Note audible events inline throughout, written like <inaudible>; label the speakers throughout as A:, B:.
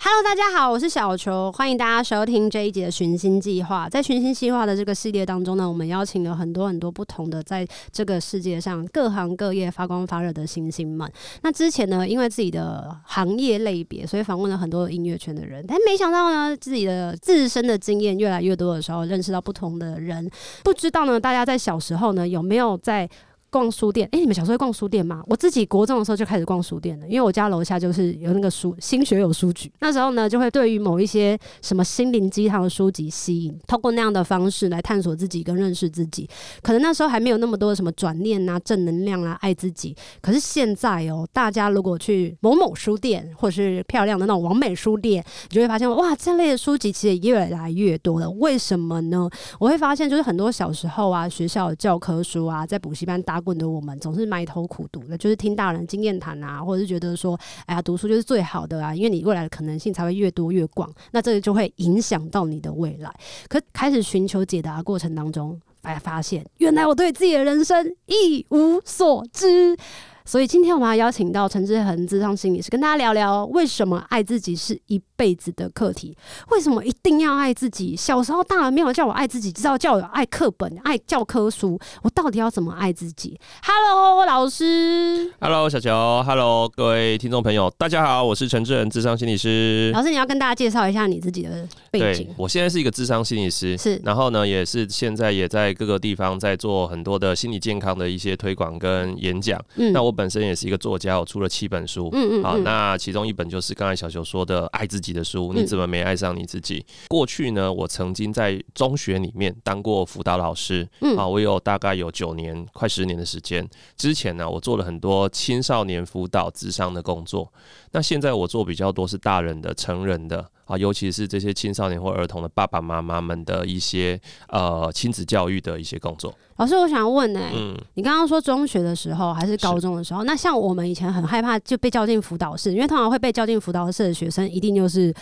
A: Hello，大家好，我是小球，欢迎大家收听这一集的寻星计划。在寻星计划的这个系列当中呢，我们邀请了很多很多不同的在这个世界上各行各业发光发热的星星们。那之前呢，因为自己的行业类别，所以访问了很多音乐圈的人，但没想到呢，自己的自身的经验越来越多的时候，认识到不同的人。不知道呢，大家在小时候呢有没有在？逛书店，诶，你们小时候会逛书店吗？我自己国中的时候就开始逛书店了，因为我家楼下就是有那个书新学友书局，那时候呢就会对于某一些什么心灵鸡汤的书籍吸引，通过那样的方式来探索自己跟认识自己。可能那时候还没有那么多的什么转念啊、正能量啊、爱自己，可是现在哦，大家如果去某某书店，或是漂亮的那种完美书店，你就会发现哇，这类的书籍其实也越来越多了。为什么呢？我会发现，就是很多小时候啊，学校的教科书啊，在补习班打滚的我们，总是埋头苦读的，就是听大人经验谈啊，或者是觉得说，哎呀，读书就是最好的啊，因为你未来的可能性才会越多越广，那这个就会影响到你的未来。可开始寻求解答的过程当中，才发现原来我对自己的人生一无所知。所以今天我们要邀请到陈志恒智商心理师，跟大家聊聊为什么爱自己是一辈子的课题，为什么一定要爱自己？小时候大人没有叫我爱自己，知道叫我爱课本、爱教科书，我到底要怎么爱自己？Hello，老师，
B: Hello，小乔，Hello，各位听众朋友，大家好，我是陈志仁，智商心理师。
A: 老师你要跟大家介绍一下你自己的哦背
B: 对
A: 景，
B: 我现在是一个智商心理师，
A: 是
B: 然后呢，也是现在也在各个地方在做很多的心理健康的一些推广跟演讲。
A: 嗯
B: 那我本身也是一个作家，我出了七本书。
A: 嗯嗯
B: 好，
A: 嗯
B: 那其中一本就是刚才小球说的《爱自己》的书，
A: 嗯
B: 你怎么没爱上你自己？过去呢，我曾经在中学里面当过辅导老师，
A: 嗯
B: 啊，我有大概有九年，快十年的时间。之前呢，我做了很多青少年辅导、智商的工作。那现在我做比较多是大人的、成人的啊，尤其是这些青少年或儿童的爸爸妈妈们的一些呃亲子教育的一些工作。
A: 老师，我想问欸呢、
B: 嗯，
A: 你刚刚说中学的时候还是高中的时候，那像我们以前很害怕就被叫进辅导室，因为通常会被叫进辅导室的学生，一定就是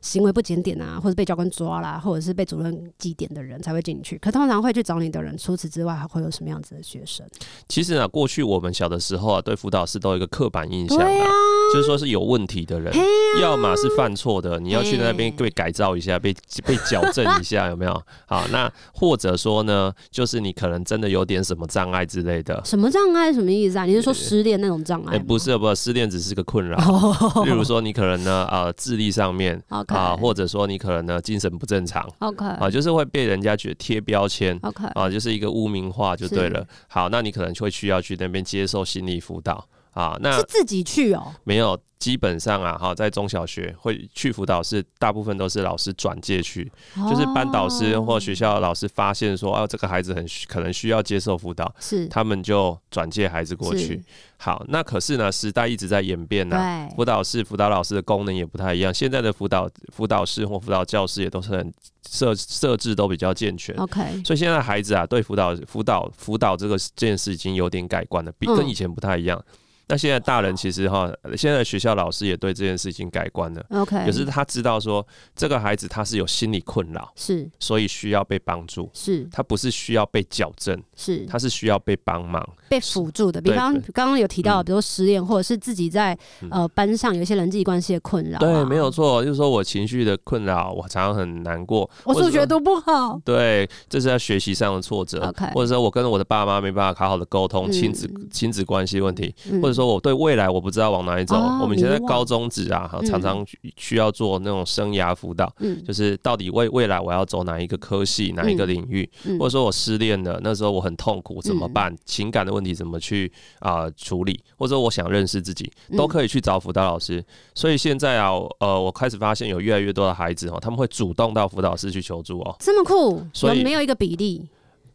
A: 行为不检点啊，或者被教官抓啦，或者是被主任记点的人才会进去。可通常会去找你的人，除此之外还会有什么样子的学生？
B: 其实呢，过去我们小的时候啊，对辅导师都有一个刻板印象
A: 对
B: 啊
A: 啊，
B: 就是说是有问题的人
A: 嘿，
B: 要么是犯错的，你要去那边
A: 嘿
B: 被改造一下，被被矫正
A: <laughs>
B: 一下，有没有？好，那或者说呢，就是你可能真的有点什么障碍之类的。
A: 什么障碍？什么意思啊？你是说失恋那种障碍
B: 哎、
A: 吗、
B: 不是，不是，失恋只是个困扰。
A: <laughs> 哦，哎
B: 例如说，你可能呢，呃，智力上面
A: <laughs> OK
B: 啊、或者说你可能呢，精神不正常
A: ，OK
B: 啊、就是会被人家觉得贴标签
A: OK，
B: 啊、就是一个污名化就对了。好，那你可能就会需要去那边接受心理辅导啊、那
A: 是自己去哦。
B: 没有，基本上啊，哈，在中小学会去辅导室，大部分都是老师转介去，就是班导师
A: 哦
B: 或学校老师发现说，哦、这个孩子很需可能需要接受辅导，
A: 是
B: 他们就转介孩子过去
A: 是。
B: 好，那可是呢，时代一直在演变啊呢、
A: 对
B: 辅导室、辅导老师的功能也不太一样，现在的辅导辅导室或辅导教室也都是很设设置都比较健全，
A: OK，
B: 所以现在孩子啊，对辅导、辅导、辅导这个这件事已经有点改观了，比
A: 嗯
B: 跟以前不太一样。那现在大人其实哈，现在学校老师也对这件事情改观了，
A: OK，
B: 也是他知道说这个孩子他是有心理困扰，
A: 是
B: 所以需要被帮助。
A: 是
B: 他不是需要被矫正，
A: 是
B: 他是需要被帮忙。
A: 被辅助的，比
B: 对
A: 方
B: 对
A: 刚刚有提到，
B: 嗯
A: 比如说失恋，或者是自己在
B: 嗯
A: 呃班上有一些人际关系的困扰啊。
B: 对，没有错，就是说我情绪的困扰，我常常很难过。
A: 我
B: 或者
A: 数学
B: 说
A: 读不好。
B: 对，这是在学习上的挫折
A: OK
B: 或者说我跟我的爸妈没办法好好的沟通，亲子
A: 嗯
B: 亲子关系问题，
A: 嗯
B: 或者说我对未来我不知道往哪里走。
A: 哦
B: 我们以前在
A: 迷惘
B: 高中职啊，哈
A: 嗯
B: 常常需需要做那种生涯辅导，
A: 嗯
B: 就是到底未未来我要走哪一个科系、哪一个领域，
A: 嗯
B: 或者说我失恋了，那时候我很痛苦，怎么办？情感的问题怎么去啊、处理？或者说我想认识自己，都
A: 嗯
B: 可以去找辅导老师。所以现在啊，呃，我开始发现有越来越多的孩子哦，他们会主动到辅导室去求助哦。
A: 这么酷，
B: 所以
A: 有没有一个比例？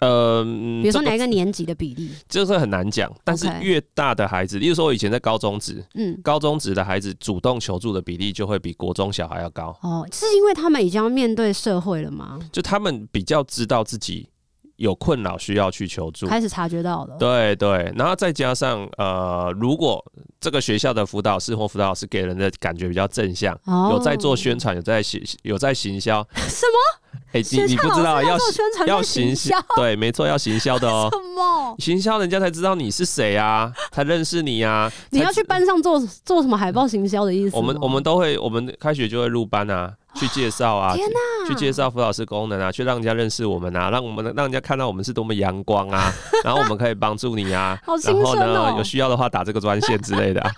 B: 呃，
A: 比
B: 比
A: 如说哪一个年级的比例？
B: 这个很难讲，但是
A: OK
B: 越大的孩子，例如说我以前在高中职，
A: 嗯，
B: 高中职的孩子主动求助的比例就会比国中小孩要高，
A: 哦，是因为他们已经要面对社会了吗？
B: 就他们比较知道自己有困扰需要去求助。
A: 开始察觉到了，
B: 对对，然后再加上呃，如果这个学校的辅导室或辅导老师给人的感觉比较正向，
A: 哦
B: 有在做宣传，有在行有在行销，
A: <laughs> 什么？
B: 哎、
A: 学
B: 你你
A: 校
B: 不知道
A: 老
B: 啊
A: 师
B: 要
A: 做
B: 行
A: 宣传
B: 要
A: 在
B: 行
A: 销，
B: 对，没错，要行销的哦
A: <laughs> 什。么？
B: 行销人家才知道你是谁啊，才认识你
A: <laughs>
B: 啊。
A: 你
B: <laughs> 才
A: 要
B: 知
A: 去班上做做什么海报行销的意思吗？
B: 我们我们都会，我们开学就会入班啊，去介绍啊，
A: 天哪
B: 去介绍辅导师功能啊，去让人家认识我们啊，让我们让人家看到我们是多么阳光啊，然后我们可以帮助你啊，
A: <laughs> 好
B: 然后
A: 青春哦
B: 呢，有需要的话打这个专线之类的啊、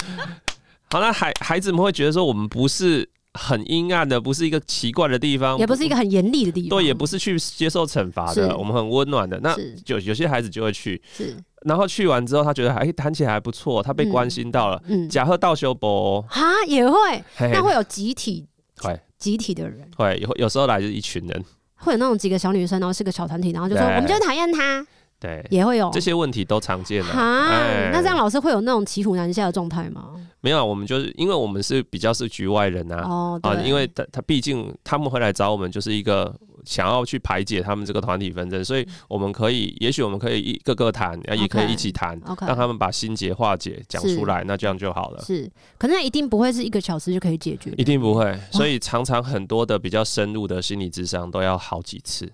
B: 好，那孩孩子们会觉得说，我们不是很阴暗的，不是一个奇怪的地方，
A: 啊也不是一个很严厉的地方，
B: 对，也不是去接受惩罚
A: 是
B: 的，我们很温暖的。那
A: 是
B: 有有些孩子就会去，
A: 是
B: 然后去完之后，他觉得哎，弹起来还不错，他被
A: 嗯
B: 关心到了。
A: 嗯
B: 假贺道修博，
A: 啊也会，
B: 嘿
A: 那会有集体
B: 哎会
A: 集体的人，
B: 会有有时候来就是一群人，
A: 会有那种几个小女生，然后是个小团体，然后就说
B: 对
A: 我们就讨厌她，
B: 对，
A: 也会有
B: 这些问题都常见的、
A: 哈，
B: 哎
A: 那这样老师会有那种骑虎难下的状态吗？
B: 没有啊，我们就是因为我们是比较是局外人啊，
A: 哦，
B: 啊，
A: 对，
B: 因为他他毕竟他们会来找我们，就是一个想要去排解他们这个团体纷争，所以我们可以，也许我们可以一个个谈，啊，也
A: 嗯
B: 可
A: OK，
B: 以一起谈
A: OK
B: 让他们把心结化解讲
A: 是
B: 出来，那这样就好了。
A: 是，可那一定不会是一个小时就可以解决的，
B: 一定不会，所以常常很多的比较深入的心理智商都要好几次。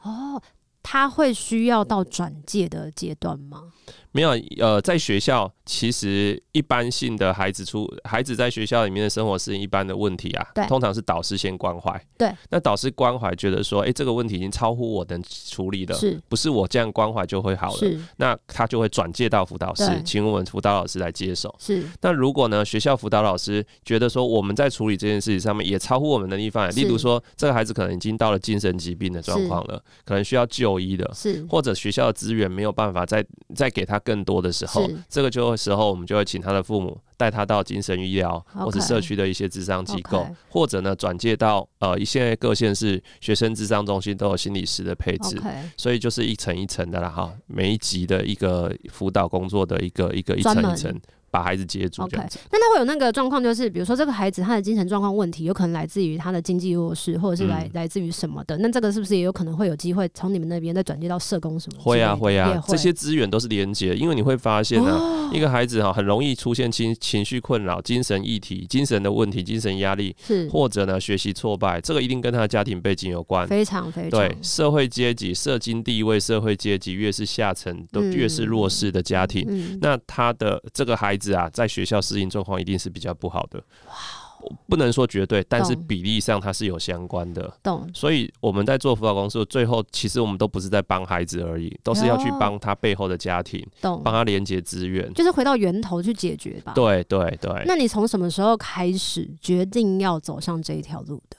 A: 哦。他会需要到转介的阶段吗？
B: 没有，呃，在学校其实一般性的孩子出孩子在学校里面的生活是一般的问题啊
A: 对，
B: 通常是导师先关怀。
A: 对，
B: 那导师关怀觉得说，诶，哎这个问题已经超乎我能处理的，
A: 是
B: 不是我这样关怀就会好了？
A: 是
B: 那他就会转介到辅导
A: 对
B: 师，请我们辅导老师来接手。
A: 是
B: 那如果呢，学校辅导老师觉得说我们在处理这件事情上面也超乎我们能力范围，
A: 是
B: 例如说这个孩子可能已经到了精神疾病的状况了，可能需要就医的，
A: 是
B: 呃或者学校的资源没有办法再再给他更多的时候
A: 是，
B: 这个就时候我们就会请他的父母带他到精神医疗
A: OK
B: 或者社区的一些智商机构
A: OK
B: 或者呢转介到呃一些各县市学生智商中心都有心理师的配置。
A: OK
B: 所以就是一层一层的啦哈，每一级的一个辅导工作的一个一个一
A: 专门
B: 层一层把孩子接住这
A: OK
B: 样子。。
A: 那他会有那个状况，就是比如说这个孩子他的精神状况问题，有可能来自于他的经济弱势，或者是来、
B: 嗯
A: 来自于什么的。那这个是不是也有可能会有机会从你们那边再转接到社工什么之类的？
B: 会啊会
A: 也哦
B: 啊，这些资源都是连接，因为你会发现呢、一个孩子哈很容易出现情情绪困扰、精神议题、精神的问题、精神压力，
A: 是
B: 或者呢学习挫败，这个一定跟他的家庭背景有关。
A: 非常非常
B: 对社会阶级、社经地位、社会阶级越是下层，都
A: 嗯
B: 越是弱势的家庭，
A: 嗯
B: 那他的这个孩子啊，在学校适应状况一定是比较不好的。哇，不能说绝对，但是
A: 哦懂
B: 比例上它是有相关的。
A: 懂
B: 所以我们在做辅导工作，最后其实我们都不是在帮孩子而已，都是要去
A: 哦
B: 帮他背后的家庭，
A: 懂
B: 帮，他连接资源。
A: 就是回到源头去解决吧。。
B: 对对对，
A: 那你从什么时候开始决定要走上这一条路的？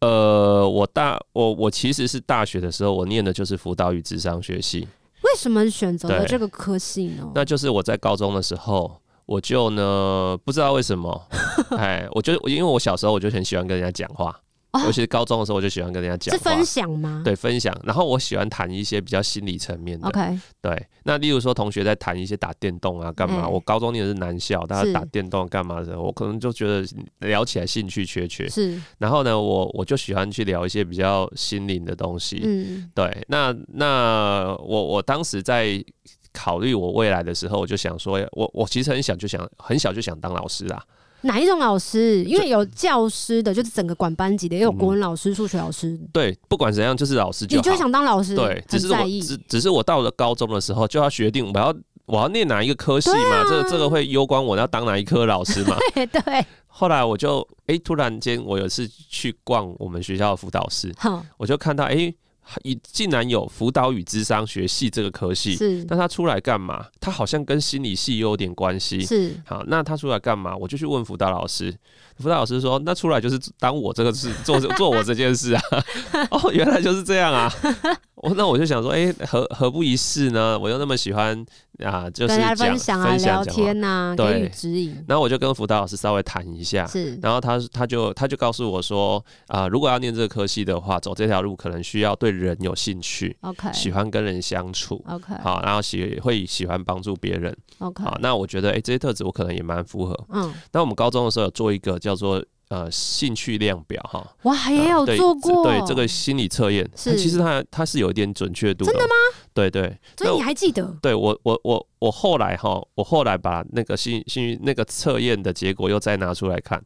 B: 呃，我大我我其实是大学的时候，我念的就是辅导与智商学系，
A: 为什么选择了
B: 对
A: 这个科系呢？
B: 那就是我在高中的时候，我就呢不知道为什么，
A: <laughs>
B: 哎，我就因为我小时候我就很喜欢跟人家讲话，
A: 哦
B: 尤其是高中的时候我就喜欢跟人家讲
A: 是
B: 话
A: 分，享吗？
B: 对分享。然后我喜欢谈一些比较心理层面的，
A: ，OK，
B: 对。那例如说同学在谈一些打电动啊干嘛，
A: 嗯
B: 我高中念的是男校，大
A: 是
B: 家打电动啊干嘛的，我可能就觉得聊起来兴趣缺缺。
A: 是，
B: 然后呢，我我就喜欢去聊一些比较心灵的东西，
A: 嗯，
B: 对，那那我我当时在考虑我未来的时候，我就想说，我我其实很小就想很小就想当老师啊，
A: 哪一种老师？因为有教师的，就是整个管班级的，也有国文老师、数学老师，
B: 对，不管怎样就是老师
A: 你
B: 好。
A: 就想当老师，
B: 对，只
A: 很
B: 是
A: 在
B: 我
A: 意，
B: 只只是我到了高中的时候就要决定我要我要念哪一个科系嘛，这个这个会攸关我要当哪一科老师
A: <laughs>
B: 嘛。
A: 啊对对，
B: 后来我就诶，突然间我有一次去逛我们学校的辅导室，
A: 好
B: 我就看到诶，一竟然有辅导与智商学系这个科系，
A: 是
B: 那他出来干嘛？他好像跟心理系有点关系。
A: 是
B: 好，那他出来干嘛？我就去问辅导老师，辅导老师说，那出来就是当我这个事，做做我这件事啊。 <laughs> 哦，原来就是这样啊。我那我就想说，哎、何何不一试呢？我又那么喜欢啊，就是
A: 跟大
B: 讲
A: 家分享啊、聊
B: 讲
A: 天呐，
B: 对啊
A: 给予指引，
B: 然后我就跟辅导老师稍微谈一下，
A: 是
B: 然后他他就他就告诉我说，啊、如果要念这个科系的话，走这条路可能需要对人有兴趣，
A: OK
B: 喜欢跟人相处，
A: OK
B: 好，然后喜会喜欢帮助别人，
A: OK，
B: 好，那我觉得哎、诶这些特质我可能也蛮符合。
A: 嗯，
B: 那我们高中的时候有做一个叫做呃兴趣量表哈。啊
A: 哇，也有
B: 对
A: 做
B: 这
A: 过，
B: 对这个心理测验，它
A: 是
B: 其实它它是有一点准确度
A: 真的
B: 吗？对对，
A: 所以你还记得？
B: 对我我我我后来哈，我后来把那个心心那个测验的结果又再拿出来看，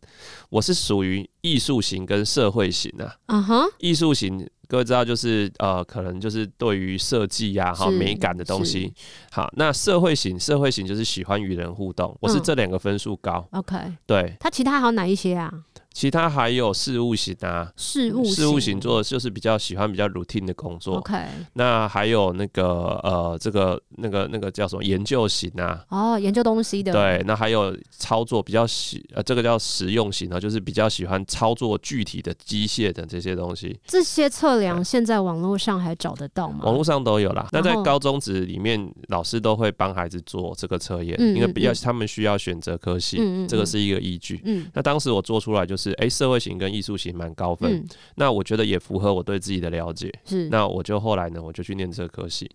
B: 我是属于艺术型跟社会型啊。
A: 嗯哼，
B: 艺术型各位知道就是呃，可能就是对于设计呀哈
A: 是
B: 美感的东西。好，那社会型社会型就是喜欢与人互动，我是
A: 嗯
B: 这两个分数高。
A: OK，
B: 对，
A: 它其他还有哪一些啊？
B: 其他还有事务型啊，
A: 事务
B: 事务型做的就是比较喜欢比较 routine 的工作。
A: OK，
B: 那还有那个呃，这个那个那个叫什么研究型啊，
A: 哦，研究东西的，
B: 对，那还有操作比较喜呃，这个叫实用型呢，啊就是比较喜欢操作具体的机械的这些东西，
A: 这些测量现在网络上还找得到吗？
B: 网络上都有啦。那在
A: 嗯然后
B: 高中职里面，老师都会帮孩子做这个测验，
A: 嗯
B: 因为比较
A: 嗯嗯
B: 他们需要选择科系，
A: 嗯嗯
B: 这个
A: 嗯
B: 是一个依据。
A: 嗯
B: 那当时我做出来就是，诶，社会型跟艺术型蛮高分，
A: 嗯
B: 那我觉得也符合我对自己的了解。
A: 是。
B: 那我就后来呢，我就去念这个科系，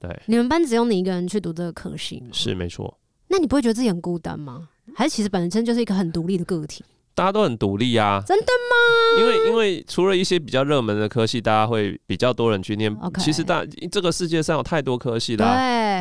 B: 对，
A: 你们班只有你一个人去读这个科系吗？
B: 是没错。
A: 那你不会觉得自己很孤单吗？还是其实本身就是一个很独立的个体？
B: 大家都很独立啊，
A: 真的
B: 吗？因为因为除了一些比较热门的科系，大家会比较多人去念。
A: OK
B: 其实大这个世界上有太多科系啦、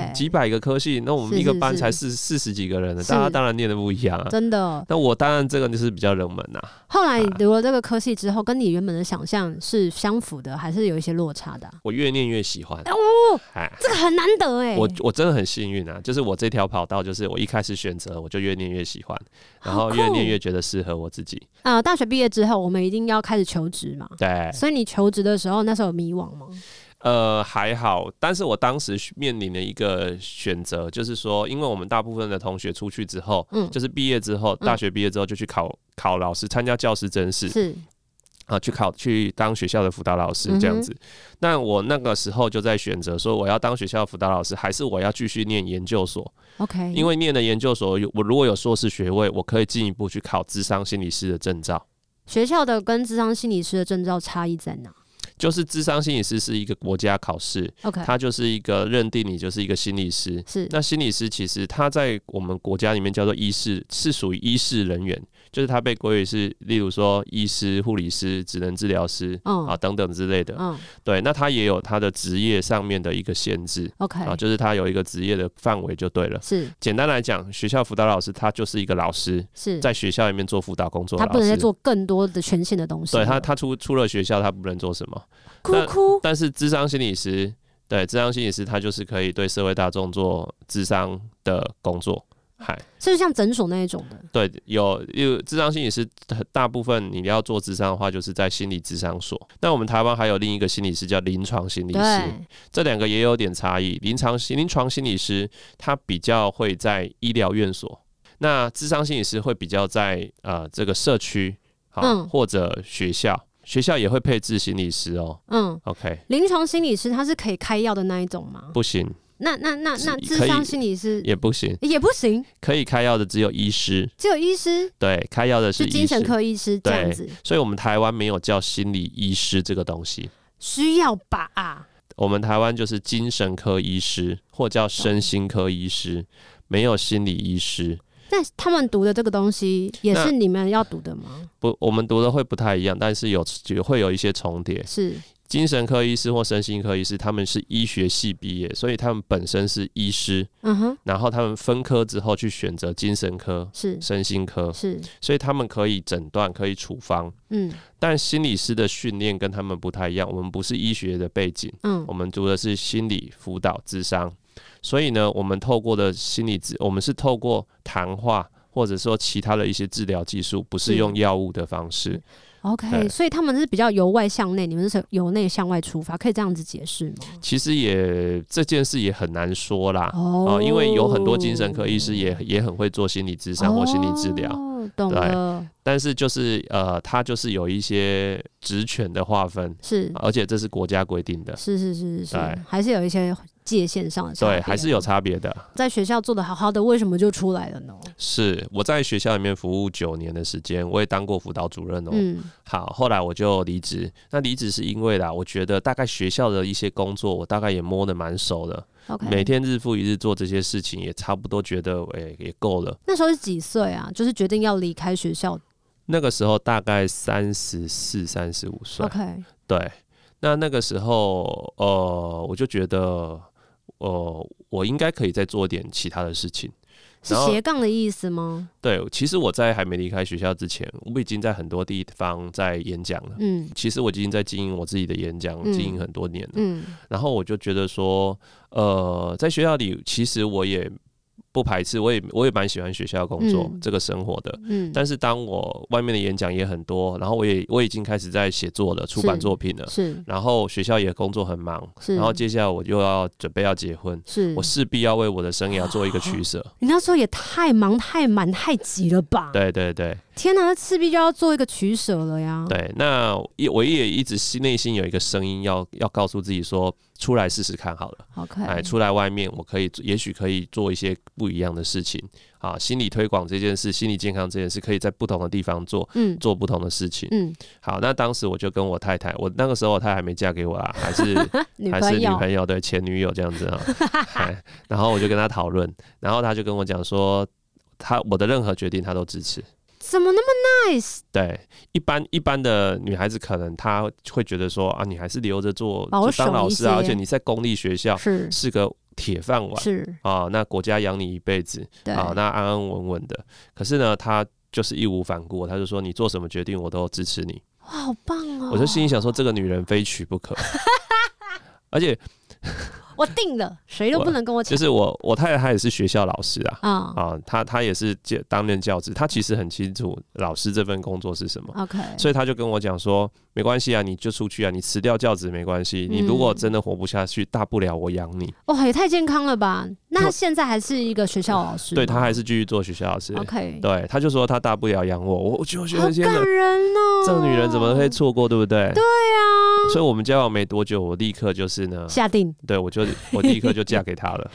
A: 对，
B: 几百个科系，那我们
A: 是
B: 一个
A: 是
B: 班
A: 是
B: 才四四十几个人呢，
A: 是
B: 大家当然念的不一样啊。
A: 真的。
B: 那我当然这个就是比较冷门啊呐、
A: 后来你读了这个科系之后，跟你原本的想象是相符的，还是有一些落差的啊、
B: 我越念越喜欢。
A: 哦，
B: 哎，
A: 这个很难得哎、
B: 我我真的很幸运啊，就是我这条跑道，就是我一开始选择，我就越念越喜欢，然后
A: 好
B: 越
A: 酷
B: 念越觉得适合我自己。
A: 啊、大学毕业之后，我们一定要开始求职嘛。
B: 对，
A: 所以你求职的时候，那时候有迷惘吗？
B: 呃，还好，但是我当时面临的一个选择，就是说，因为我们大部分的同学出去之后，
A: 嗯
B: 就是毕业之后，
A: 嗯
B: 大学毕业之后就去考考老师，参加教师甄试
A: 是，
B: 啊，去考去当学校的辅导老师
A: 嗯
B: 这样子。那我那个时候就在选择说，我要当学校的辅导老师，还是我要继续念研究所？
A: OK，
B: 因为念了研究所，有我如果有硕士学位，我可以进一步去考智商心理师的证照。
A: 学校的跟智商心理师的证照差异在哪
B: 就是智商心理师是一个国家考试，
A: ？OK，
B: 它就是一个认定你就是一个心理师。
A: 是
B: 那心理师其实他在我们国家里面叫做医师，是属于医师人员，就是他被归为是，例如说医师、护理师、职能治疗师、
A: 嗯
B: 啊等等之类的。
A: 嗯
B: 对，那他也有他的职业上面的一个限制
A: ，OK，、
B: 啊，就是他有一个职业的范围就对了。
A: 是
B: 简单来讲，学校辅导老师他就是一个老师，
A: 是，
B: 在学校里面做辅导工作的
A: 他
B: 老师。
A: 不能再做更多的权限的东西了。
B: 对他，他出出了学校，他不能做什么。
A: 哭哭，
B: 但是智商心理师，对智商心理师，他就是可以对社会大众做智商的工作。嗨，
A: 就是像诊所那一种的。
B: 对，有有智商心理师，大部分你要做智商的话，就是在心理智商所。那我们台湾还有另一个心理师叫临床心理师，
A: 对，
B: 这两个也有点差异。临床心临床心理师他比较会在医疗院所，那智商心理师会比较在呃这个社区，好、
A: 嗯
B: 或者学校，学校也会配置心理师哦。
A: 嗯，
B: OK，
A: 临床心理师他是可以开药的那一种吗？
B: 不行
A: 那那那
B: 是
A: 那智
B: 可以
A: 商心理师
B: 也不行，
A: 也不行，
B: 可以开药的只有医师，
A: 只有医师
B: 对，开药的是
A: 就
B: 医师
A: 精神科医师这样子，
B: 所以我们台湾没有叫心理医师这个东西，
A: 需要吧、啊？
B: 我们台湾就是精神科医师或叫身心科医师，没有心理医师。
A: 但他们读的这个东西也
B: 那
A: 是你们要读的吗？
B: 不，我们读的会不太一样，但是有也会有一些重叠。
A: 是
B: 精神科医师或身心科医师，他们是医学系毕业，所以他们本身是医师，
A: 嗯哼，
B: 然后他们分科之后去选择精神科、
A: 是
B: 身心科，
A: 是，
B: 所以他们可以诊断，可以处方。
A: 嗯
B: 但心理师的训练跟他们不太一样，我们不是医学的背景，
A: 嗯
B: 我们读的是心理辅导、智商，所以呢，我们透过的心理治，我们是透过谈话或者说其他的一些治疗技术，不是
A: 嗯
B: 用药物的方式。对
A: ，OK，所以他们是比较由外向内，你们是由内向外出发，可以这样子解释吗？
B: 其实也这件事也很难说啦，啊、
A: 哦
B: 因为有很多精神科医师也也很会做心理智商或心理治疗，
A: 哦懂
B: 对
A: 了，
B: 但是就是呃，他就是有一些职权的划分，
A: 是
B: 而且这是国家规定的，
A: 是是是是
B: 呃对，
A: 还是有一些界限上的差
B: 对，
A: 别啊
B: 还是有差别的。
A: 在学校做的好好的，为什么就出来了呢？
B: 是我在学校里面服务九年的时间，我也当过辅导主任哦。
A: 嗯，
B: 好，后来我就离职。那离职是因为啦，我觉得大概学校的一些工作，我大概也摸得蛮熟的，
A: OK，
B: 每天日复一日做这些事情，也差不多觉得诶、也够了。
A: 那时候是几岁啊？就是决定要离开学校
B: 那个时候大概三十四、三十五岁。
A: OK，
B: 对，那那个时候，呃，我就觉得，呃，我应该可以再做点其他的事情。
A: 是
B: 然后
A: 斜杠的意思吗？
B: 对，其实我在还没离开学校之前，我已经在很多地方在演讲了。
A: 嗯
B: 其实我已经在经营我自己的演讲，
A: 嗯
B: 经营很多年了。
A: 嗯
B: 然后我就觉得说，呃，在学校里，其实我也不排斥，我也我也蛮喜欢学校工作、
A: 嗯
B: 这个生活的。
A: 嗯，
B: 但是当我外面的演讲也很多，然后我也我已经开始在写作了，出版
A: 是
B: 作品了。
A: 是
B: 然后学校也工作很忙，
A: 是
B: 然后接下来我又要准备要结婚，
A: 是
B: 我势必要为我的生涯做一个
A: <laughs>
B: 取舍。
A: 你那时候也太忙、太满、太急了吧？
B: 对对对
A: 天哪，那势必就要做一个取舍了呀。
B: 对，那也我也一直心内心有一个声音要要告诉自己说，出来试试看好了。
A: ，OK，
B: 哎，出来外面，我可以也许可以做一些不一样的事情啊。心理推广这件事，心理健康这件事，可以在不同的地方做，
A: 嗯
B: 做不同的事情。
A: 嗯，
B: 好，那当时我就跟我太太，我那个时候她还没嫁给我啊，还是
A: <laughs> 女
B: 还是
A: 朋
B: 女
A: 友
B: 朋友对前女友这样
A: <laughs>
B: 子啊、哎然后我就跟她讨论，然后她就跟我讲说，她我的任何决定她都支持。
A: 怎么那么 nice？
B: 对，一般一般的女孩子可能她会觉得说啊，你还是留着做
A: 保
B: 就当
A: 守
B: 老
A: 一
B: 师啊，而
A: 些
B: 且你在公立学校
A: 是
B: 是个铁饭碗。
A: 是，
B: 啊，那国家养你一辈子
A: 对，
B: 啊，那安安稳稳的。可是呢，她就是义无反顾，她就说你做什么决定我都支持你。
A: 哇，好棒哦！
B: 我就心里想说，这个女人非
A: <laughs>
B: 娶不可。而且
A: 我定了，谁都
B: 我
A: 不能跟我
B: 就
A: 抢
B: 是我，我太太她也是学校老师啊，
A: 啊。
B: 啊，她她也是教担任教职，她其实很清楚老师这份工作是什么，
A: OK，
B: 所以她就跟我讲说，没关系啊，你就出去啊，你辞掉教职没关系，
A: 嗯
B: 你如果真的活不下去，大不了我养你。
A: 哇，也太健康了吧？那他
B: 我
A: 现在还是一个学校老师吗，
B: 对她还是继续做学校老师，
A: OK，
B: 对，她就说她大不了养我，我我就觉
A: 好
B: 得天哪
A: 感，人哦！
B: 这个女人怎么会错过，对不哦对？啊对
A: 对
B: 所以我们交往没多久，我立刻就是呢
A: 啊？，下定，
B: 对我就我立刻就嫁给他 <laughs> 了。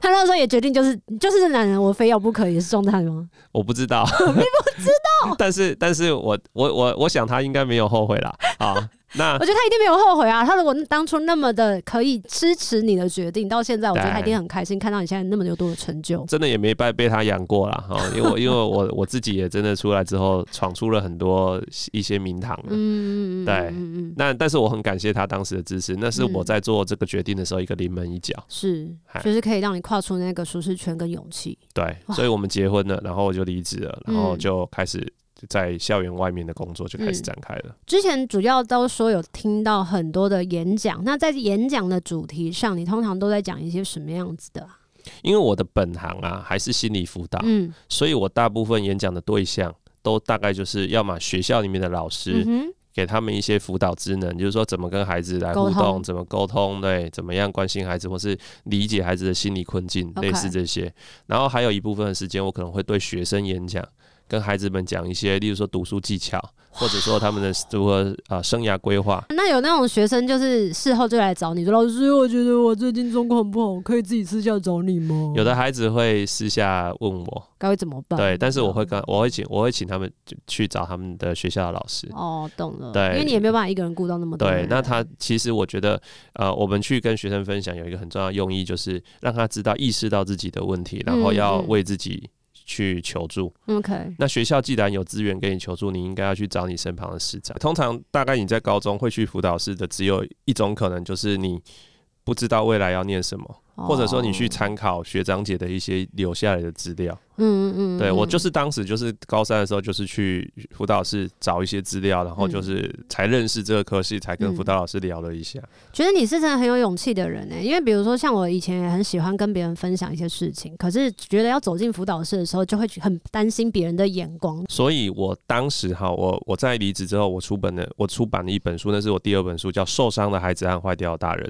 A: 他那时候也决定就是就是这男人我非要不可，也是状态
B: <laughs>
A: 吗？
B: 我不知道，你不知道。 <laughs> 但是，但是我我我我想他应该没有后悔啦。啊。那
A: 我
B: <laughs>
A: 觉得他一定没有后悔啊！他如果当初那么的可以支持你的决定，到现在我觉得他一定很开心，看到你现在那么有多的成就。
B: 真的也没白被他养过啦。哈、因为我因为我我自己也真的出来之后，闯出了很多一些名堂了。
A: 嗯，嗯嗯
B: 对
A: 嗯嗯嗯，
B: 那但是我很感谢他当时的支持，那是我
A: 嗯
B: 在做这个决定的时候一个临门一脚。
A: 是，
B: 嗨
A: 就是可以让你跨出那个舒适圈跟勇气。
B: 对，
A: 哇
B: 所以我们结婚了，然后我就离职了，然后
A: 嗯
B: 就开始在校园外面的工作就开始展开了。
A: 之前主要都说有听到很多的演讲，那在演讲的主题上，你通常都在讲一些什么样子的啊、
B: 因为我的本行啊还是心理辅导，
A: 嗯，
B: 所以我大部分演讲的对象都大概就是要么学校里面的老师、
A: 嗯哼，
B: 给他们一些辅导职能，就是说怎么跟孩子来互
A: 沟通
B: 动，怎么沟通，对，怎么样关心孩子，或是理解孩子的心理困境
A: OK
B: 类似这些。然后还有一部分的时间，我可能会对学生演讲，跟孩子们讲一些，例如说读书技巧，或者说他们的如何啊、呃生涯规划。
A: 那有那种学生就是事后就来找你说，老师，我觉得我最近状况不好，我可以自己私下找你吗？
B: 有的孩子会私下问我，
A: 该会怎么办？嗯
B: 对，但是我会跟我会请我会请他们去去找他们的学校的老师。
A: 哦，懂了，
B: 对
A: 因为你也没有办法一个人顾到那么多人。
B: 对，那他其实我觉得，呃，我们去跟学生分享有一个很重要的用意，就是让他知道意识到自己的问题，然后
A: 嗯
B: 要为自己去求助。
A: OK，
B: 那学校既然有资源给你求助，你应该要去找你身旁的师长。通常大概你在高中会去辅导室的，只有一种可能，就是你不知道未来要念什么，或者说你去
A: 哦，
B: 参考学长姐的一些留下来的资料。
A: 嗯嗯嗯，
B: 对我就是是当时就是高三的时候，就是去辅导室找一些资料，然后
A: 嗯
B: 就是才认识这个科系，才跟辅导老师聊了一下。
A: 觉得你是真的很有勇气的人呢、欸因为比如说像我以前也很喜欢跟别人分享一些事情，可是觉得要走进辅导室的时候，就会很担心别人的眼光。
B: 所以我当时哈，我我在离职之后，我出本的我出版了一本书，那是我第二本书，叫《受伤的孩子和坏掉的大人》。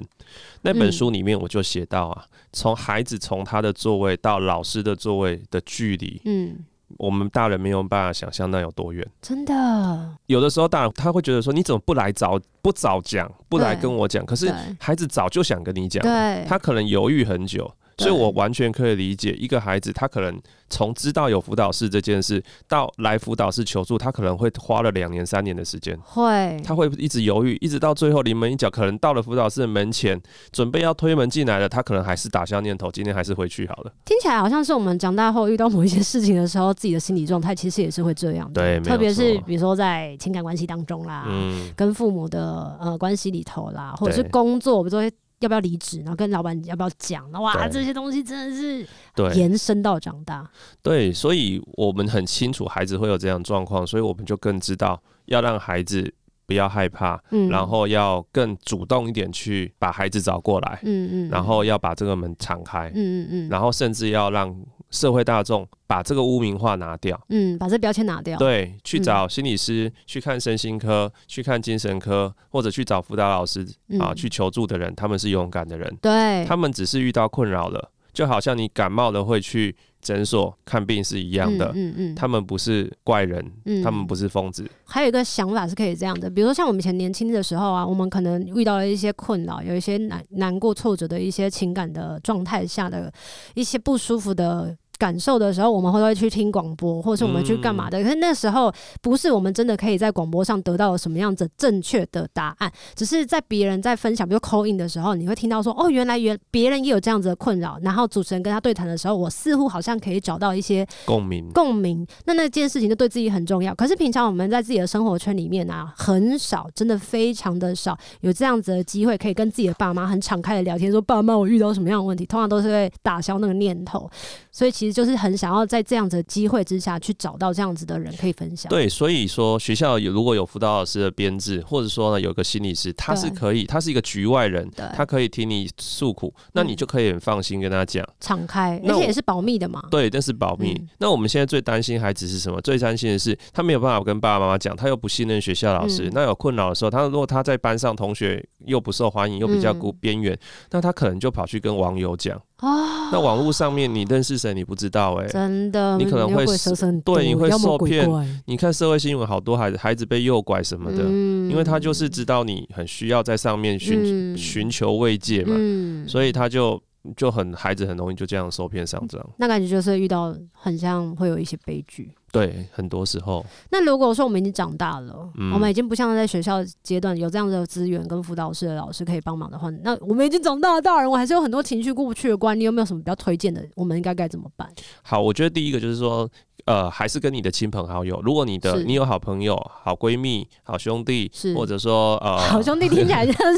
B: 那
A: 嗯
B: 本书里面我就写到啊，从孩子从他的座位到老师的座位的距离，
A: 嗯，
B: 我们大人没有办法想象那有多远。
A: 真的，
B: 有的时候大人他会觉得说，你怎么不来早不早讲，不来
A: 对
B: 跟我讲？可是
A: 对
B: 孩子早就想跟你讲了，
A: 对，
B: 他可能犹豫很久，所以我完全可以理解一个孩子，他可能从知道有辅导室这件事到来辅导室求助，他可能会花了两年三年的时间。
A: 会，
B: 他会一直犹豫，一直到最后临门一脚，可能到了辅导室的门前，准备要推门进来了，他可能还是打消念头，今天还是回去好了。
A: 听起来好像是我们长大后遇到某一些事情的时候，自己的心理状态其实也是会这样的。
B: 对没有
A: 特别是
B: 错
A: 比如说在情感关系当中啦，
B: 嗯，
A: 跟父母的呃关系里头啦，或者是
B: 对
A: 工作，我们都会要不要离职，然后跟老板要不要讲，哇，
B: 对
A: 这些东西真的是
B: 对
A: 延伸到长大。
B: 对，所以我们很清楚孩子会有这样的状况，所以我们就更知道要让孩子不要害怕，
A: 嗯，
B: 然后要更主动一点去把孩子找过来，
A: 嗯嗯，
B: 然后要把这个门敞开，
A: 嗯嗯嗯，
B: 然后甚至要让社会大众把这个污名化拿掉。
A: 嗯把这标签拿掉。
B: 对，去
A: 嗯
B: 找心理师，去看身心科，去看精神科，或者去找辅导老师
A: 嗯
B: 啊，去求助的人，他们是勇敢的人，
A: 对，
B: 他们只是遇到困扰了，就好像你感冒了会去诊所看病是一样的，
A: 嗯嗯嗯，
B: 他们不是怪人，
A: 嗯
B: 他们不是疯子，
A: 还有一个想法是可以这样的，比如说像我们以前年轻的时候啊，我们可能遇到了一些困扰，有一些难难过、挫折的一些情感的状态下的一些不舒服的。感受的时候，我们会会去听广播，或者是我们去干嘛的？可是那时候不是我们真的可以在广播上得到什么样子正确的答案，只是在别人在分享，比如 call in 的时候，你会听到说，哦，原来原别人也有这样子的困扰。然后主持人跟他对谈的时候，我似乎好像可以找到一些
B: 共鸣。
A: 共鸣，那那件事情就对自己很重要。可是平常我们在自己的生活圈里面啊，很少，真的非常的少有这样子的机会可以跟自己的爸妈很敞开的聊天，说爸妈我遇到什么样的问题，通常都是会打消那个念头。所以其实就是很想要在这样子的机会之下去找到这样子的人可以分享。，
B: 对，所以说学校有如果有辅导老师的编制，或者说呢有个心理师，他是
A: 对
B: 可以，他是一个局外人
A: 对，
B: 他可以听你诉苦，那你
A: 嗯
B: 就可以很放心跟他讲。
A: 敞开，
B: 那
A: 而
B: 我
A: 且也是保密的嘛。
B: 对，但是保密。
A: 嗯
B: 那我们现在最担心孩子是什么？最担心的是他没有办法跟爸爸妈妈讲，他又不信任学校老师。
A: 嗯
B: 那有困扰的时候，他如果他在班上同学又不受欢迎，又比较孤
A: 嗯
B: 边缘，那他可能就跑去跟网友讲。
A: 啊，
B: 那网络上面你认识谁你不知道哎、
A: 真的，
B: 你可能会
A: 妖鬼蛇神
B: 对你会
A: 妖魔
B: 受
A: 鬼
B: 骗
A: 怪
B: 你看社会新闻，好多孩子孩子被诱拐什么的，
A: 嗯
B: 因为他就是知道你很需要在上面寻
A: 嗯
B: 寻、求慰藉嘛，
A: 嗯
B: 所以他就就很孩子很容易就这样受骗上当。
A: 那感觉就是遇到很像会有一些悲剧。
B: 对，很多时候，
A: 那如果说我们已经长大了，
B: 嗯
A: 我们已经不像在学校阶段有这样的资源跟辅导室的老师可以帮忙的话，那我们已经长大了大人，我还是有很多情绪过不去的关。你有没有什么比较推荐的？我们应该该怎么
B: <laughs>
A: 办？
B: 好，我觉得第一个就是说，呃，还是跟你的亲朋好友，如果你的
A: 是
B: 你有好朋友、好闺蜜、好兄弟
A: 是，
B: 或者说呃，
A: 好兄弟听起来像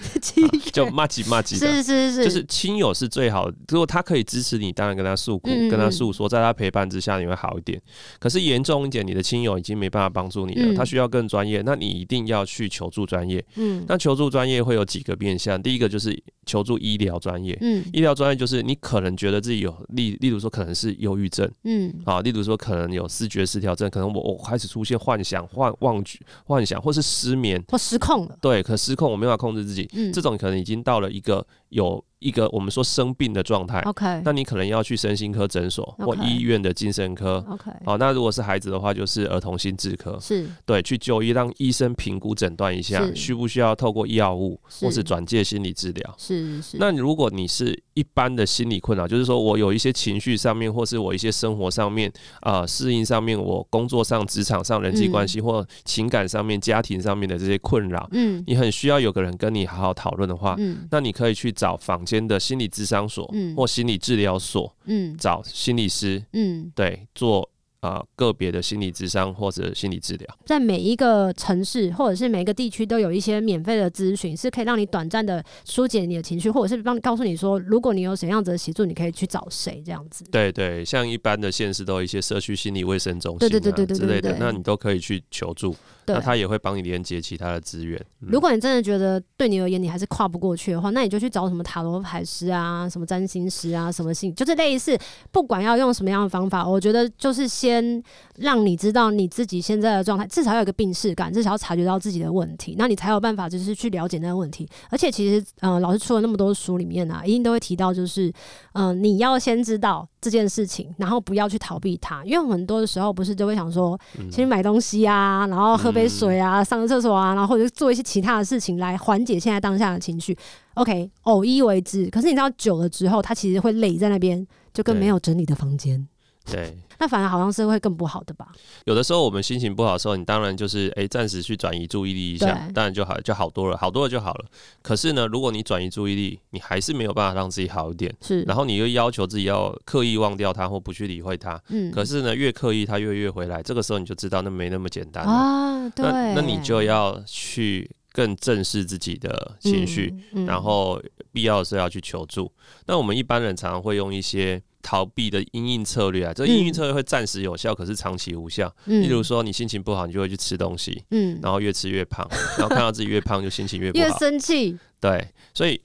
A: 是情绪，
B: <laughs> 就骂几骂几的。
A: 是是是，
B: 就是亲友是最好的，如果他可以支持你，当然跟他诉苦，
A: 嗯嗯
B: 跟他
A: 嗯
B: 诉说，在他陪伴之下你会好一点。可是严重一点，你的亲友已经没办法帮助你了，
A: 嗯
B: 他需要更专业，那你一定要去求助专业。 <laughs>
A: 嗯
B: 那求助专业会有几个面向，第一个就是求助医疗专业，
A: 嗯
B: 医疗专业就是你可能觉得自己有例，例如说可能是忧郁症。
A: 嗯
B: 啊，例如说可能有视觉失调症，可能我我开始出现幻想、幻妄觉、幻想，或是失眠，
A: 我失控了，
B: 对，可失控，我没办法控制自己，
A: 嗯，
B: 这种可能已经到了一个有一个我们说生病的状态，
A: OK
B: 那你可能要去身心科诊所或
A: OK
B: 医院的精神科。
A: OK
B: 好，那如果是孩子的话，就是儿童心智科，
A: 是
B: 对，去就医，让医生评估诊断一下，
A: 是
B: 需不需要透过药物
A: 是
B: 或是转介心理治疗。
A: 是是，
B: 那如果你是一般的心理困扰，就是说我有一些情绪上面，或是我一些生活上面、啊适应上面，我工作上、职场上、人际关系、或情感上面、家庭上面的这些困扰，
A: 嗯
B: 你很需要有个人跟你好好讨论的话，
A: 嗯
B: 那你可以去找坊间的心理咨商所、
A: 嗯
B: 或心理治疗所，
A: 嗯
B: 找心理师
A: 嗯，
B: 对做啊个别的心理咨商或者心理治疗。
A: 在每一个城市或者是每一个地区都有一些免费的咨询，是可以让你短暂的疏解你的情绪，或者是帮告诉你说，如果你有什么样子的协助，你可以去找谁这样子。
B: 对对，像一般的县市都有一些社区心理卫生中心、
A: 对
B: 啊、
A: 对对对对
B: 之
A: 对
B: 类
A: 对
B: 的
A: 对，
B: 那你都可以去求助，
A: 对
B: 那，他也会帮你连接其他的资源。嗯
A: 如果你真的觉得对你而言你还是跨不过去的话，那你就去找什么塔罗牌师啊、什么占星师啊、什么性，就是类似，不管要用什么样的方法，我觉得就是先先让你知道你自己现在的状态，至少要有个病视感，至少要察觉到自己的问题，那你才有办法就是去了解那个问题。而且其实，嗯、老师出了那么多书里面啊，一定都会提到，就是嗯、呃你要先知道这件事情，然后不要去逃避它，因为我们很多的时候不是就会想说，
B: 嗯
A: 先去买东西啊，然后喝杯水啊，上个厕所啊，然后或者是做一些其他的事情来缓解现在当下的情绪。OK，偶一为之，可是你知道久了之后，它其实会累在那边，就跟
B: 对
A: 没有整理的房间。
B: 对，
A: 那反而好像是会更不好的吧？
B: 有的时候我们心情不好的时候，你当然就是诶暂、时去转移注意力一下，
A: 对
B: 当然就好就好多了，好多了就好了。可是呢，如果你转移注意力，你还是没有办法让自己好一点，
A: 是，
B: 然后你又要求自己要刻意忘掉它或不去理会它，
A: 嗯
B: 可是呢，越刻意它越越回来，这个时候你就知道那没那么简单了。
A: 啊，对，
B: 那那你就要去更正视自己的情绪，
A: 嗯，嗯
B: 然后必要的时候要去求助。那我们一般人常常会用一些逃避的阴应策略啊，这阴应策略会暂时有效，可是长期无效。
A: 嗯
B: 例如说，你心情不好，你就会去吃东西，
A: 嗯，
B: 然后越吃越胖，然后看到自己越胖就心情越不
A: 越
B: 好。
A: 生气，
B: 对，所以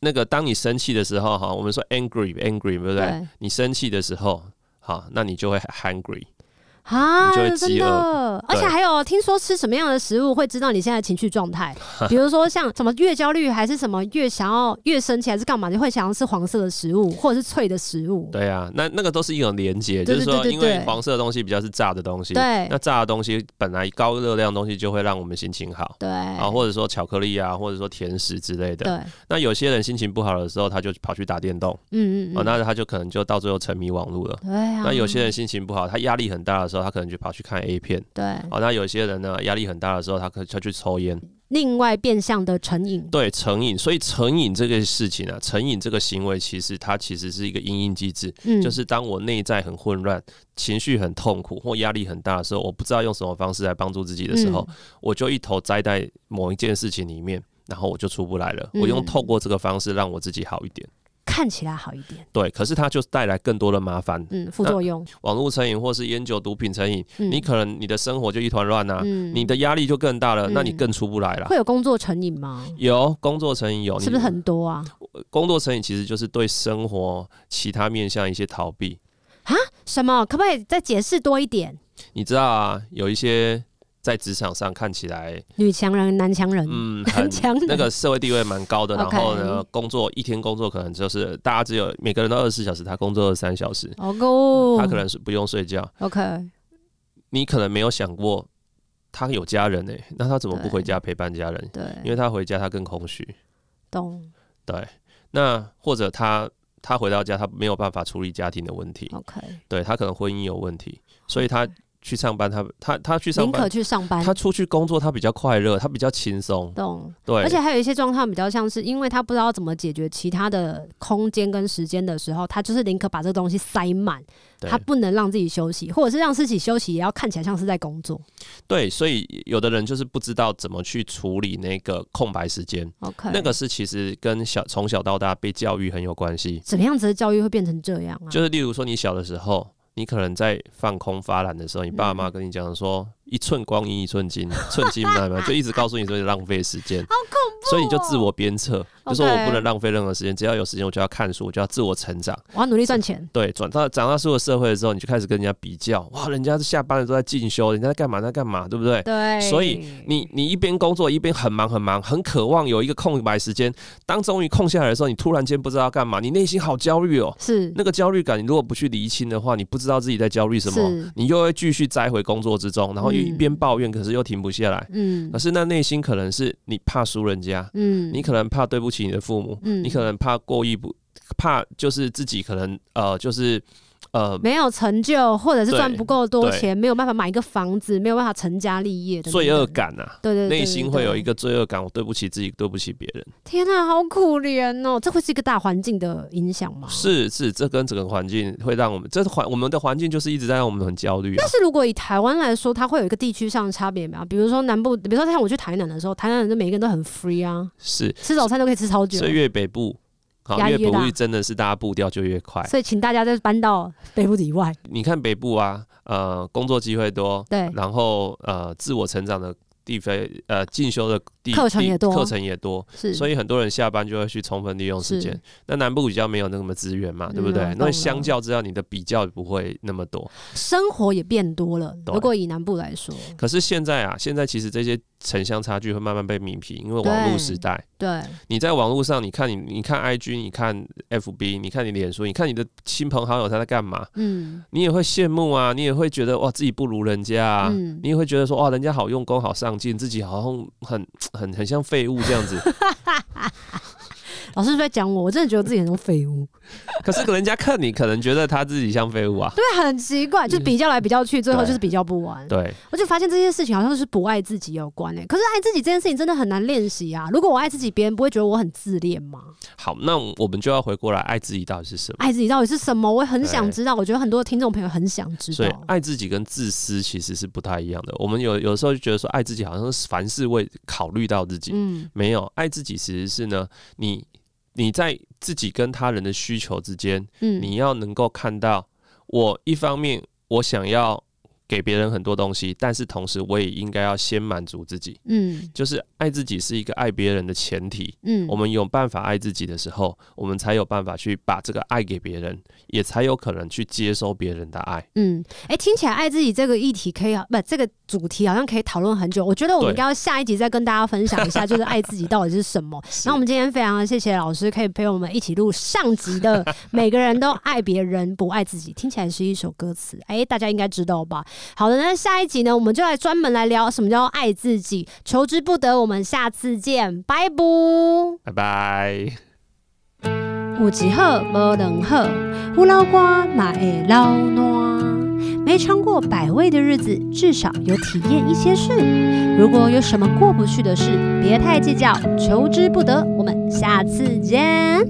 B: 那个当你生气的时候，哈，我们说 angry angry，对不对？
A: 对
B: 你生气的时候，好，那你就会 hungry。
A: 啊，
B: 你就会
A: 真
B: 饥
A: 的
B: 饿，
A: 而且
B: 对
A: 还有听说吃什么样的食物会知道你现在的情绪状
B: <laughs>
A: 态，比如说像什么越焦虑还是什么越想要越生气还是干嘛，你会想要吃黄色的食物或者是脆的食物，
B: 对啊，那那个都是一种连接，
A: 对
B: 就
A: 对
B: 是说，
A: 对对
B: 因
A: 对
B: 为黄色的东西比较是炸的东西，
A: 对
B: 那炸的东西本来高热量的东西就会让我们心情好。
A: 对
B: 啊，或者说巧克力啊，或者说甜食之类的。
A: 对，
B: 那有些人心情不好的时候，他就跑去打电动，
A: 嗯嗯
B: 哦，
A: 嗯，
B: 那他就可能就到最后沉迷网络了。
A: 对啊，
B: 那有些人心情不好，他压力很大的时候，他可能就跑去看 A 片。
A: 对
B: 哦，那有些人呢，压力很大的时候，他可他去抽烟，
A: 另外变相的成瘾，
B: 对，成瘾。所以成瘾这个事情啊，成瘾这个行为，其实它其实是一个因应机制。
A: 嗯，
B: 就是当我内在很混乱、情绪很痛苦或压力很大的时候，我不知道用什么方式来帮助自己的时候，
A: 嗯
B: 我就一头栽在某一件事情里面，然后我就出不来了。
A: 嗯
B: 我用透过这个方式让我自己好一点，
A: 看起来好一点，
B: 对。可是它就带来更多的麻烦，
A: 嗯，副作用，
B: 网络成瘾或是烟酒毒品成瘾，
A: 嗯
B: 你可能你的生活就一团乱呐，
A: 嗯
B: 你的压力就更大了，
A: 嗯
B: 那你更出不来了。
A: 会有工作成瘾吗？
B: 有工作成瘾有，
A: 是不是
B: 哦你
A: 很多啊？
B: 工作成瘾其实就是对生活其他面向一些逃避，
A: 什么？可不可以再解释多一点？
B: 你知道啊，有一些在职场上看起来，
A: 女强人、男强人，
B: 嗯，
A: 很
B: 很
A: 强的
B: 那个社会地位蛮高的，然
A: OK
B: 后呢，工作一天工作可能就是大家只有每个人都二十四小时，他工作二三小时，
A: 哦够，
B: 他可能是不用睡觉。
A: OK，
B: 你可能没有想过，他有家人呢、欸那他怎么不
A: 对
B: 回家陪伴家人？因
A: 对，
B: 为他回家他更空虚，
A: 懂
B: 对。那或者他他回到家，他没有办法处理家庭的问题，
A: OK，
B: 对他可能婚姻有问题，所以他去上班，他他他去上
A: 嗯宁
B: 班
A: 可。去上班
B: 他，出去工作，他比较快乐，他比较轻松，
A: 懂。
B: 对，
A: 而且还有一些状况比较像是，因为他不知道怎么解决其他的空间跟时间的时候，他就是宁可把这个东西塞满，
B: 对
A: 他不能让自己休息，或者是让自己休息也要看起来像是在工作。
B: 对，所以有的人就是不知道怎么去处理那个空白时间，
A: OK，
B: 那个是其实跟小从小到大被教育很有关系。
A: 什么样子的教育会变成这样啊？
B: 就是例如说，你小的时候，你可能在放空发懒的时候，你爸爸妈妈跟你讲说“一寸光阴一寸金，寸金难买”，就一直告诉你说浪费时间，好恐怖、哦所以你就自我鞭策，就说我
A: OK
B: 不能浪费任何时间，只要有时间我就要看书，我就要自我成长。
A: 我要努力赚钱。
B: 对，转到长大出了社会之后，你就开始跟人家比较，哇，人家是下班了都在进修，人家在干嘛，在干嘛，对不对？
A: 对，
B: 所以你你一边工作一边很忙很忙，很渴望有一个空白时间。当终于空下来的时候，你突然间不知道要干嘛，你内心好焦虑哦。
A: 是
B: 那个焦虑感，你如果不去厘清的话，你不知道自己在焦虑什么，
A: 是
B: 你又会继续栽回工作之中，然后又
A: 嗯
B: 一边抱怨，可是又停不下来。
A: 嗯
B: 可是那内心可能是你怕输人家，
A: 嗯，
B: 你可能怕对不起你的父母，
A: 嗯
B: 你可能怕过意不，怕就是自己可能呃就是呃
A: 没有成就，或者是
B: 对
A: 赚不够多
B: 对
A: 钱，没有办法买一个房子，没有办法成家立业的
B: 罪恶，感啊，
A: 对对，对
B: 内心会有一。
A: 对对
B: 个罪恶感，我对不起自己，对不起别人。
A: 天啊，好可怜哦！这会是一个大环境的影响吗？。
B: 是是，这跟整个环境会让我们，这环我们的环境就是一直在让我们很焦虑、啊
A: 但。是如果以台湾来说，它会有一个地区上的差别吗？比如说南部，比如说像我去台南的时候，台南人就每个人都很 free 啊，
B: 是，
A: 吃早餐都可以吃超久
B: 所。以越北部，好
A: 压力
B: 越
A: 越
B: 北
A: 大
B: 部真的是大家步调就越快。
A: 所以请大家再搬到北部以
B: <laughs>
A: 外，
B: 你看北部啊，呃，工作机会多，
A: 对
B: 然后呃，自我成长的地非呃进修的地
A: 课程也
B: 地
A: 多
B: 课程也多，
A: 是，
B: 所
A: 以
B: 以很多人下班就会去充分利用时间
A: 是。
B: 那南部比较没有那么资源嘛，
A: 嗯
B: 对不对
A: 我？懂
B: 那
A: 了
B: 相较之下，你的比较不会那么多。
A: 生活也变多了。
B: 对
A: 如果以南部来说，
B: 可是现在啊，现在其实这些城乡差距会慢慢被弭平，因为网络
A: 对
B: 时代，
A: 对，
B: 你在网络上，你看你你看 IG，你看 FB，你看你脸书，你看你的亲朋好友他在干嘛， <laughs>
A: 嗯
B: 你也会羡慕啊，你也会觉得哇自己不如人家啊。
A: 嗯，
B: 你也会觉得说哇，人家好用功、好上进，自己好像很很很像废物这样子。
A: 老师是不是在讲我，我真的觉得自己很像 <laughs> 废物，
B: 可是人家看你，可能觉得他自己像废
A: <laughs>
B: 物啊。
A: 对，很奇怪，就是比较来比较去，最后
B: 对
A: 就是比较不完。
B: 对，
A: 我就发现这件事情好像是不爱自己有关欸诶、可是爱自己这件事情真的很难练习啊。如果我爱自己，别人不会觉得我很自恋吗？
B: 好，那我们就要回过来，爱自己到底是什么？
A: 爱自己到底是什么？我也很想
B: 对
A: 知道。我觉得很多听众朋友很想知
B: 所以
A: 道，
B: 爱自己跟自私其实是不太一样的。我们有有时候就觉得说，爱自己好像是凡事为考虑到自己，
A: 嗯，
B: 没有爱自己其实是呢，你你在自己跟他人的需求之间，
A: 嗯
B: 你要能够看到，我一方面我想要给别人很多东西，但是同时我也应该要先满足自己。
A: 嗯
B: 就是爱自己是一个爱别人的前提，
A: 嗯，
B: 我们有办法爱自己的时候，我们才有办法去把这个爱给别人，也才有可能去接收别人的爱。
A: 嗯，哎、听起来爱自己这个议题可以啊，不，这个主题好像可以讨论很久。我觉得我们
B: 对
A: 应该要下一集再跟大家分享一下，就是爱自己到底是什么。那我们今天非常谢谢老师，可以陪我们一起录上集的《每个人都爱别人不爱自己》，听起来是一首歌词，哎、大家应该知道吧？好的，那下一集呢，我们就来专门来聊什么叫爱自己，求之不得。我们下次见，拜拜。
B: 拜拜。
A: 有一好无两好，有老瓜嘛会老烂。没尝过百味的日子，至少有体验一些事。如果有什么过不去的事，别太计较，求之不得。我们下次见。